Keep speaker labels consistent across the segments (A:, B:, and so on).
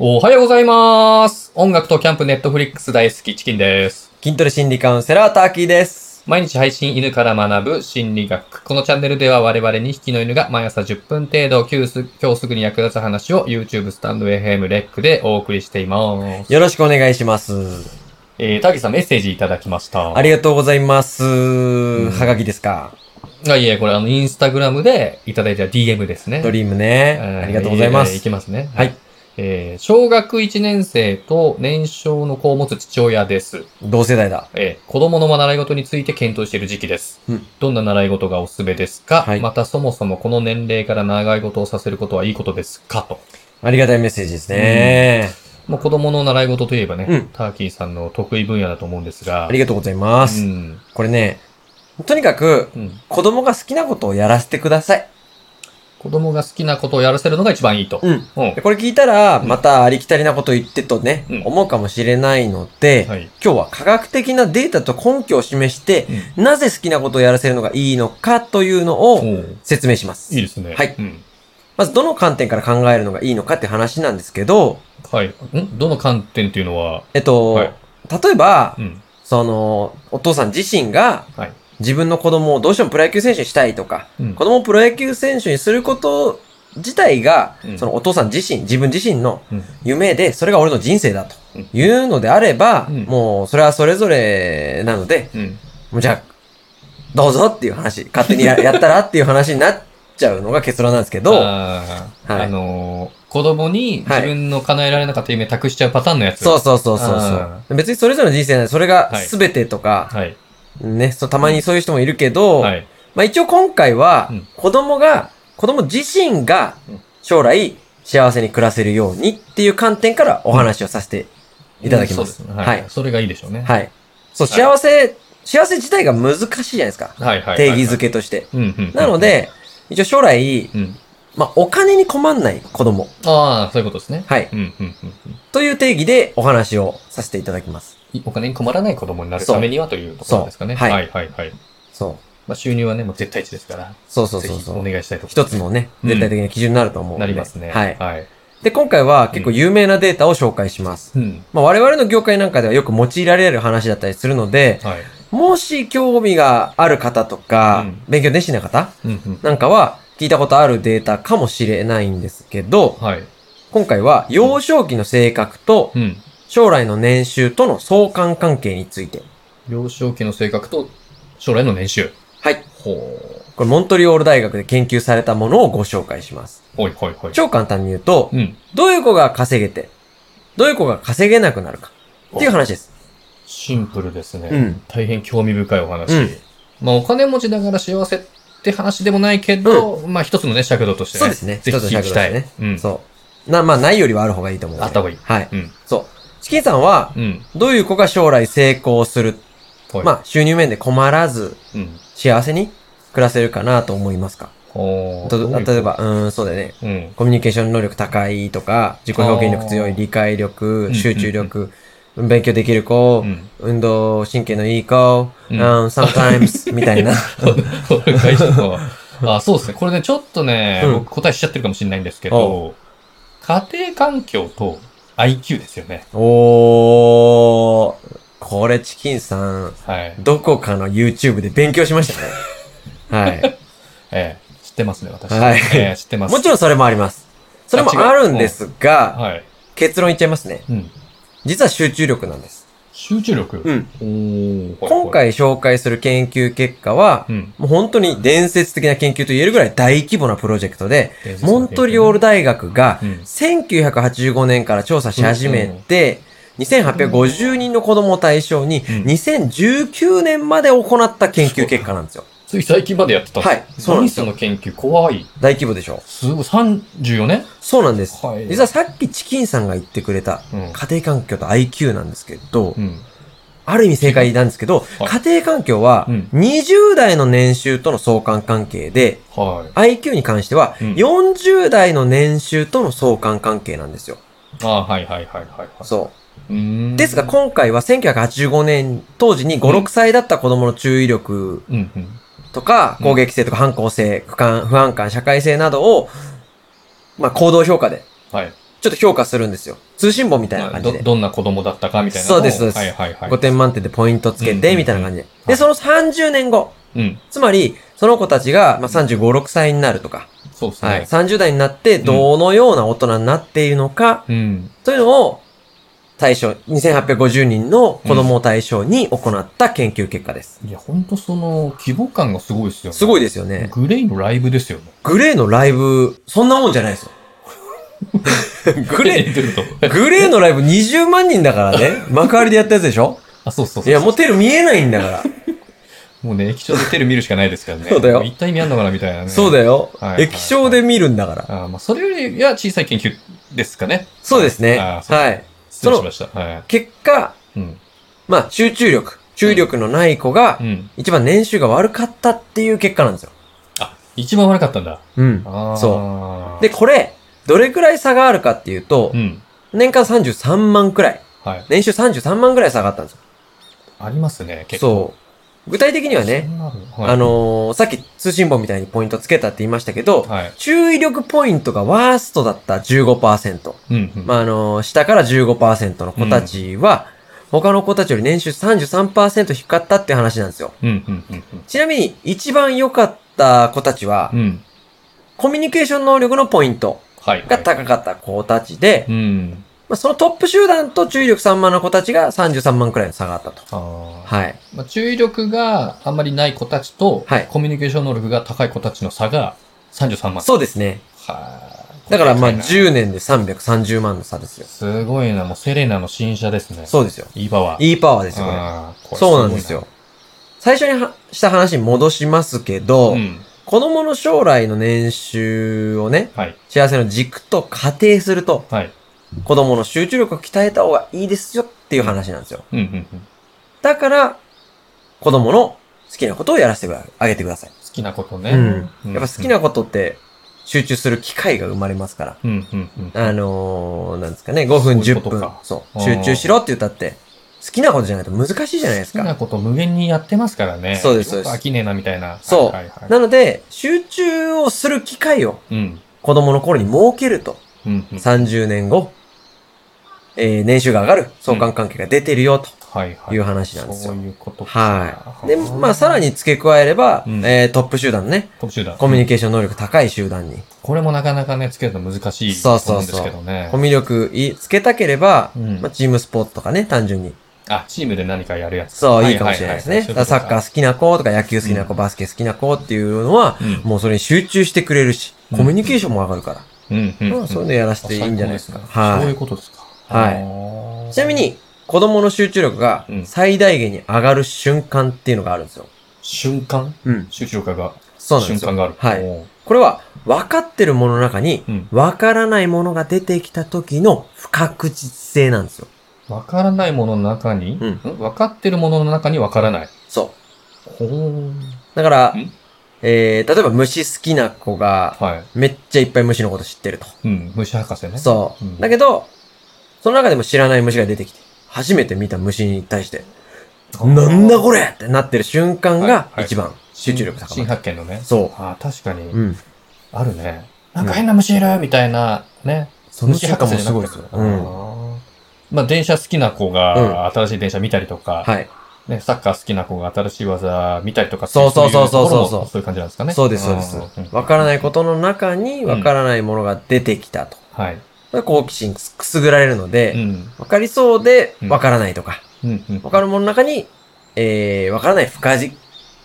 A: おはようございます。音楽とキャンプネットフリックス大好きチキンです。
B: 筋トレ心理カウンセラーターキーです。
A: 毎日配信犬から学ぶ心理学。このチャンネルでは我々2匹の犬が毎朝10分程度、今日す今日すぐに役立つ話を YouTube スタンド FM レックでお送りしています。
B: よろしくお願いします。
A: えー、ターキさんメッセージいただきました。
B: ありがとうございます。
A: ん
B: はがきですか。
A: あいえ、これあの、インスタグラムでいただいた DM ですね。
B: ドリームね。
A: えー
B: ありがとうございま
A: えーい
B: す
A: き。ますね。
B: はい。
A: えー小学1年生と年少の子を持つ父親です。
B: 同世代だ。
A: えー子供の習い事について検討している時期です。
B: うん
A: どんな習い事がおすすめですか、
B: はい
A: またそもそもこの年齢から習い事をさせることはいいことですかと。
B: ありがたいメッセージですね。
A: もう子供の習い事といえばね、
B: うん
A: ターキーさんの得意分野だと思うんですが。
B: ありがとうございます。
A: うん。
B: これね、とにかく、
A: うん。
B: 子供が好きなことをやらせてください。
A: 子供が好きなことをやらせるのが一番いいと。
B: うん。
A: うん。
B: これ聞いたら、またありきたりなこと言ってとね、
A: うん
B: 思うかもしれないので、
A: はい。
B: 今日は科学的なデータと根拠を示して、なぜ好きなことをやらせるのがいいのかというの
A: お
B: を
A: ー
B: 説明します。
A: いいですね。
B: はい
A: うん。
B: まずどの観点から考えるのがいいのかって話なんですけど、
A: はい。んどの観点っていうのは、
B: えっと、
A: はい
B: 例えば、
A: うん。
B: その、お父さん自身が
A: はい。
B: 自分の子供をどうしてもプロ野球選手にしたいとか、
A: うん
B: 子供をプロ野球選手にすること自体が、
A: うん
B: そのお父さん自身、自分自身の
A: うん
B: 夢で、それが俺の人生だと
A: うん
B: いうのであれば、
A: うん
B: もうそれはそれぞれなので、
A: うん。
B: もうじゃあ、どうぞっていう話、勝手にややったらっていう話になっちゃうのが結論なんですけ ど、
A: あー
B: はい
A: あのー子供に自分の叶えられなかった夢託しちゃうパターンのやつ。
B: そうそうそうそう
A: あ
B: そう。別にそれぞれの人生なんで、それが
A: はい
B: 全てとか、
A: はい。
B: ね、そうたまにそういう人もいるけど、
A: はい。
B: まあ一応今回は
A: うん、
B: 子供が、子供自身が
A: うん
B: 将来幸せに暮らせるようにっていう観点からお話をさせていただきま
A: う
B: す。
A: んそうでねはい
B: は。い
A: それがいいでしょうね。
B: はい。そう、
A: はい
B: 幸せ、幸せ自体が難しいじゃないですか。
A: はい。はい。
B: 定義づ
A: け。
B: けとして。
A: うんうん。
B: なの、で、一応将来、
A: うん。
B: まあお金に困んない子供。
A: ああ、そういうことですね。
B: はい。
A: うんうんうんうん。
B: という定義でお話をさせていただきます。
A: いお金に困らない子供になるためにはというところですかね。
B: そうはい
A: はいはいはい。
B: そう。
A: まあ収入はね、もう絶対値ですから。
B: そうそうそうそう
A: ぜ。ひお願いしたいと思い
B: 一
A: ます
B: つのね、絶対的な基準になると思うので、
A: なりますね。
B: はい。
A: はい。
B: で、今回は結構有名なデータを紹介します。
A: うん。
B: まあ、我々の業界なんかではよく用いられる話だったりするので、
A: はい。
B: もし興味がある方とか、
A: うん
B: 勉強熱心な方
A: うんうん。
B: なんかは聞いたことあるデータかもしれないんですけど、
A: はい。
B: 今回は幼少期の性格と
A: うん。
B: 将来の年収との相関関係について。
A: 幼少期の性格と将来の年収。
B: はい。
A: ほ
B: これモントリオール大学で研究されたものをご紹介します。
A: う。はいはいはい。
B: 超簡単に言うと
A: う、ん。
B: どういう子が稼げて、どういう子が稼げなくなるかっていう話です。
A: シンプルですね。
B: うん
A: 大変興味深いお話。
B: うん
A: まあ、お金持ちだから幸せって話でもないけど、まあ、一つのね、尺度としてね。
B: そうですね。
A: ぜひ聞きたい。
B: ね。
A: うん。
B: そう。な、まあ、ないよりはある方がいいと思うので。
A: あった方がいい
B: はい。
A: うん。
B: そう。チキンさんは、
A: うん。
B: どういう子が将来成功する、
A: はい、
B: まあ、収入面で困らず、
A: うん。
B: 幸せに暮らせるかなと思いますか
A: おー
B: と
A: どういうこと
B: 例えば、うーん、そうだよね。
A: うん。
B: コミュニケーション能力高いとか、自己表現力強
A: あ
B: い、
A: ー
B: 理解力
A: う、ん
B: 集中力、勉強できる子、
A: うん。
B: 運動神経のいい子、
A: う
B: うんん、sometimes み たいな。
A: 会社のあ、そうですね。これね、ちょっとね、
B: うん
A: 僕答えしちゃってるかもしれないんですけど、家庭環境と IQ ですよね。
B: おー、これチキンさん、
A: はい。
B: どこかの YouTube で勉強しましたね。 はい。
A: ええ知ってますね、私。
B: はい
A: ええ知ってます。
B: もちろんそれもあります。それもあるんですが、
A: はい。
B: 結論言っちゃいますね。
A: うん。
B: 実は集中力なんです。
A: 集中力。
B: うん。
A: おー
B: 今、回紹介する研究結果は、
A: うん。
B: もう本当に伝説的な研究と言えるぐらい大規模なプロジェクトで、モントリオール大学が
A: うん
B: 1985年から調査し始めて、2850人の子供を対象に、
A: ん
B: 2019年まで行った研究結果なんですよ。
A: つい最近までやってたんです
B: はいそうなんですよ
A: 何その研究怖い。
B: 大規模でしょ
A: すごい、34年
B: そうなんです。
A: はい
B: 実はさっきチキンさんが言ってくれた、
A: うん
B: 家庭環境と IQ なんですけど、
A: うん。
B: ある意味正解なんですけど、
A: はい
B: 家庭環境は、
A: うん
B: 20代の年収との相関関係で、
A: はい。
B: IQ に関しては、
A: うん
B: 40代の年収との相関関係なんですよ。
A: ああ、はいはいはいはいはい。
B: そう
A: ー
B: う。
A: ん。
B: ですが、今回は1985年当時に5、6歳だった子供の注意力
A: うんうん。
B: とか、
A: うん
B: 攻撃性とか反抗性、不安不安感、社会性などを、まあ、行動評価で
A: はい。
B: ちょっと評価するんですよ。通信簿みたいな
A: まあ
B: 感
A: ど
B: じで。
A: どんな子供だったかみたいなのを
B: そうですそうです
A: はいはいはい。
B: 5点満点でポイントつけ
A: うんうんう
B: て、
A: ん
B: みたいな感じで。
A: はい
B: で、その30年後。
A: うん。
B: つまり、その子たちが、まあ、35、6歳になるとか、
A: そうですね。
B: はい、30代になって、どのような大人になっているのか、
A: うん。
B: というのを、対象、2850人の子供を対象に行った研究結果です。
A: いや、ほんとその、規模感がすごいですよね。
B: すごい
A: で
B: ですよね。
A: グレイのライブですよね。
B: グレーのライブ、そんなもんじゃないですよ。 グレ
A: ー出ると。
B: ー、グレーのライブ20万人だからね。幕張でやったやつでしょ
A: あ、そうそう
B: い
A: そう。
B: や、もうテル見えないんだから。
A: もうね、液晶でテレビ見るしかないですからね。
B: そうだよ
A: 一体意味あんのかなみたいなね。
B: そうだよ
A: はい。はい
B: 液晶で見るんだから。
A: あーまあ、それよりは小さい研究ですかね。
B: そうですね。
A: あーそう
B: はい。
A: 失礼しました。はい。
B: 結果、
A: うん。
B: まあ、集中力、注意力のない子が
A: う、ん。
B: 一番年収が悪かったっていう結果なんですよ。
A: あ、一番悪かったんだ。
B: うん。
A: ああ。
B: そう
A: で、
B: で、これ、どれくらい差があるかっていうと
A: う、ん。
B: 年間33万くらい。
A: はい。
B: 年収33万くらい下がったんですよ。
A: ありますね、結構。
B: そう。具体的にはね
A: そ、んなのはい
B: あのーさっき通信簿みたいにポイントつけたって言いましたけど、
A: はい。
B: 注意力ポイントがワーストだった15%。
A: うん、うん。
B: まあ、あのー下から15%の子たちは、他の子たちより年収33%低かったって話なんですよ。
A: うん、うん、うん
B: ちなみに、一番良かった子たちは、
A: うん。うん。
B: コミュニケーション能力のポイント
A: はい。
B: が高かった子たちで、
A: うん。
B: まあ、そのトップ集団と注意力3万の子たちが33万くらいの差があったと。
A: ああ。
B: はい。
A: まあ、注意力があんまりない子たちと、
B: はい
A: コミュニケーション能力が高い子たちの差が33万。
B: そうですね。
A: はい。
B: だからまあ
A: これでかいな
B: 10年で330万の差ですよ。
A: すごいな、もうセレナの新車ですね。
B: そうですよ。
A: いいパワー。い
B: いいパワーですよ、これ。
A: これ
B: そうなんですよ。。最初にはした話に戻しますけ
A: ご
B: ど、
A: いなうん。
B: 子供の将来の年収をね、
A: はい。
B: 幸せの軸と仮定すると、
A: はい。
B: 子供の集中力を鍛えた方がいいですよっていう話なんですよ。
A: うん、うん、うん。
B: だから、子供の好きなことをやらせてあげてください。
A: 好きなことね。
B: うん。
A: うん
B: やっぱ好きなことって集中する機会が生まれますから。
A: うん、うん、うん。
B: あのー、なんですかね、5分、
A: そういう
B: 10
A: こと
B: 分
A: か。
B: そう。
A: あ
B: 集
A: ー
B: 中しろって言ったって、好きなことじゃないと難しいじゃないです
A: 好きな
B: か。
A: こと無限にやってますからね。
B: そうですそうです
A: よく飽きねえな、みたいな。
B: そ
A: は
B: う
A: いはいは
B: なので、集中をする機会を
A: い。うん。
B: 子供の頃に設けると、
A: うん、うん。
B: 30年後、えー、年収が上がる相関関係が出てるよ
A: はいは
B: と
A: い。
B: いう話なんです
A: そう
B: よ。
A: いうことか
B: はい。で、まあ、さら、に付け加えれば、
A: うん
B: えー、トップ集団のね、
A: トップ集団。
B: コミュニケーション能力高い集団に、
A: これもなかなかね、つけるの難しいと思うんですけどね。
B: コミュ力いつけたければ、
A: うん
B: まあ、チームスポットとかね、単純に。
A: あ、チームで何かやるやつ。
B: そう、
A: はい
B: いかもしれないですね。
A: はいはいはい
B: だからサッカー好きな子とか野球好きな子、
A: うん
B: バスケ好きな子っていうのは、
A: うん
B: もうそれに集中してくれるし、
A: うん
B: コミュニケーションも上がるから。
A: うんうん
B: ま
A: う
B: あ
A: ん。
B: そういうのやらせていいんじゃないですか。
A: あ最高ねそういう
B: はい。
A: ことですか。
B: はい
A: い
B: ちなみ、に、子供の集中力が
A: うん
B: 最大限に上がる瞬間っていうのがあるんですよ。
A: 瞬間
B: うん。
A: 集中力が、
B: そうなんで
A: 瞬
B: すよ。
A: 間がある。
B: はい
A: おー
B: これは、分かってるものの中に
A: うん、
B: 分からないものが出てきた時の不確実性なんですよ。
A: わからないものの中に、
B: うん
A: んわかってるものの中にわからない。
B: そ
A: ほー。
B: う。だから
A: ん、
B: えー、例えば虫好きな子が、
A: はい。
B: めっちゃいっぱい虫のこと知ってると。
A: うん。虫博士ね。
B: そうう。
A: ん
B: だけど、その中でも知らない虫が出てきて、初めて見た虫に対して、なんだこれってなってる瞬間が
A: はいはい
B: 一番集中力高
A: 新
B: まる。
A: 発見のね。
B: そ
A: あー確かに、
B: う。うん。
A: あるね。なんか変な虫いるみたいな、ね。
B: その瞬間もすごいですよ。
A: あ
B: うん。
A: ーまあ、電車好きな子が、新しい電車見たりとか、
B: はい。
A: ね、サッカー好きな子が新しい技見たりとか
B: そうそうそうそうそう
A: いところもそういう感じなんですかね。
B: そうです、そうです
A: んん。
B: わからないことの中にわからないものが出てきたと。
A: はい。
B: 好奇心くすくすぐられるので、
A: ん。
B: わかりそうで
A: うん
B: わからないとか、
A: うん、うん。
B: わかるものの中に、えー、わからない不可じ、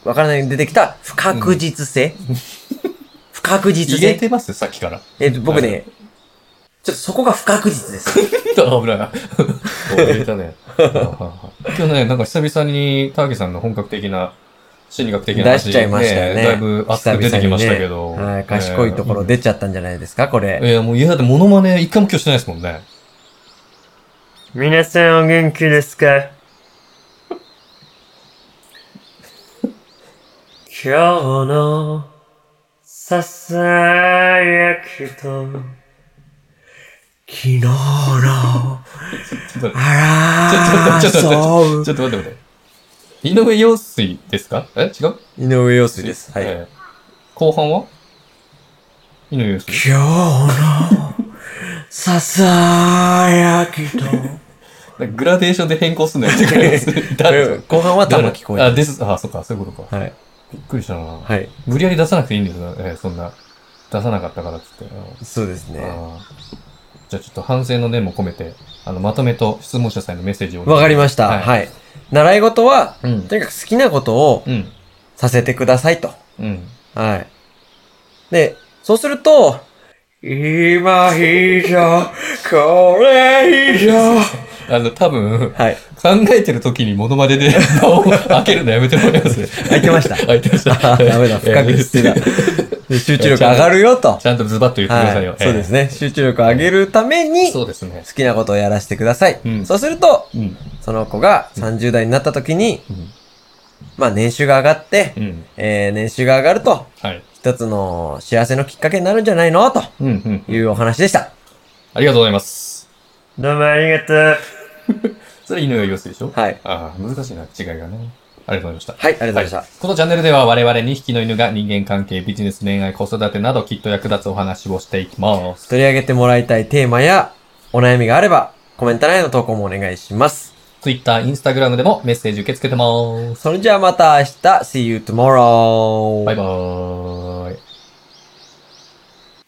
B: わからない出てきた不確実性。不確実
A: 入れ
B: 性。
A: てますさっきから。
B: えっと、僕ね、ちょっとそこが不確実です。
A: あ危ない。お入れたね。今日ね、なんか久々にターキさんの本格的な、心理学的な話
B: 出しちゃいましたよね。
A: だいぶ熱く出てきましたけど。
B: 久々にねはい、賢いところ出ちゃったんじゃないですか、こ
A: え
B: れ。
A: ー。いや、もう、いや、だってモノマネ一回も今日してないですもんね。
B: 皆さんお元気ですか今日のささやきと昨日の
A: ちょっと
B: あら
A: ちょっとちょっと
B: そ
A: ちょっと待って待って。井上陽水ですかえ違う
B: 井上陽水です。はい。
A: えー後半はいいのよ、それ
B: 今日の、ささやきと。
A: グラデーションで変更すんのやめてくれます誰
B: 後半は玉聞こ
A: あ、
B: え
A: です。あ、そっか、そういうことか。
B: た。はい。
A: びっくりしたな。
B: はい。
A: 無理やり出さなくていいんですよ。えーそんな。出さなかったからっつって。うん
B: そうですね。
A: あーじゃあちょっと反省の念も込めて、あの、まとめと質問者さんへのメッセージを。
B: わかりました。
A: はい
B: はい。習い事は、
A: うん。
B: とにかく好きなことを
A: うん。
B: させてくださいと。
A: うん。
B: はい。で、そうすると、今以上、これ以上。
A: あの、多分、
B: はい。
A: 考えてる時にモノマネで 場を開けるのやめてもらいます。
B: 開いてました
A: 開いてまし
B: あ
A: た。
B: ーダメだ、深く捨てだ。
A: えー
B: で集中力上がるよと。
A: ちゃんとズバッと言ってくださいよ。
B: はい。そうです
A: ね。
B: ね。集中力上げるために、
A: そ
B: 好
A: うですね。
B: きなことをやらせてください。
A: うん
B: そうすると、
A: うん。
B: その子が30代になった時に、
A: うん
B: まあ年収が上がって、
A: うん。
B: えー、年収が上がると、
A: はい。
B: 一つの幸せのきっかけになるんじゃないのと
A: うんうん。
B: いうお話でした。
A: ありがとうございます。
B: どうもありがとう。
A: それ、犬よりよすでしょ
B: はい。
A: ああ、難しいな、違いがね。ありがとうございました。
B: はい、ありがとうございました。
A: このチャンネルでは我々2匹の犬が人間関係、ビジネス、恋愛、子育てなどきっと役立つお話をしていきます。
B: 取り上げてもらいたいテーマやお悩みがあれば、コメント欄への投稿もお願いします。
A: Twitter、Instagram でもメッセージ受け付けてます。
B: それじゃあまた明日、See you tomorrow!
A: バイバーイ。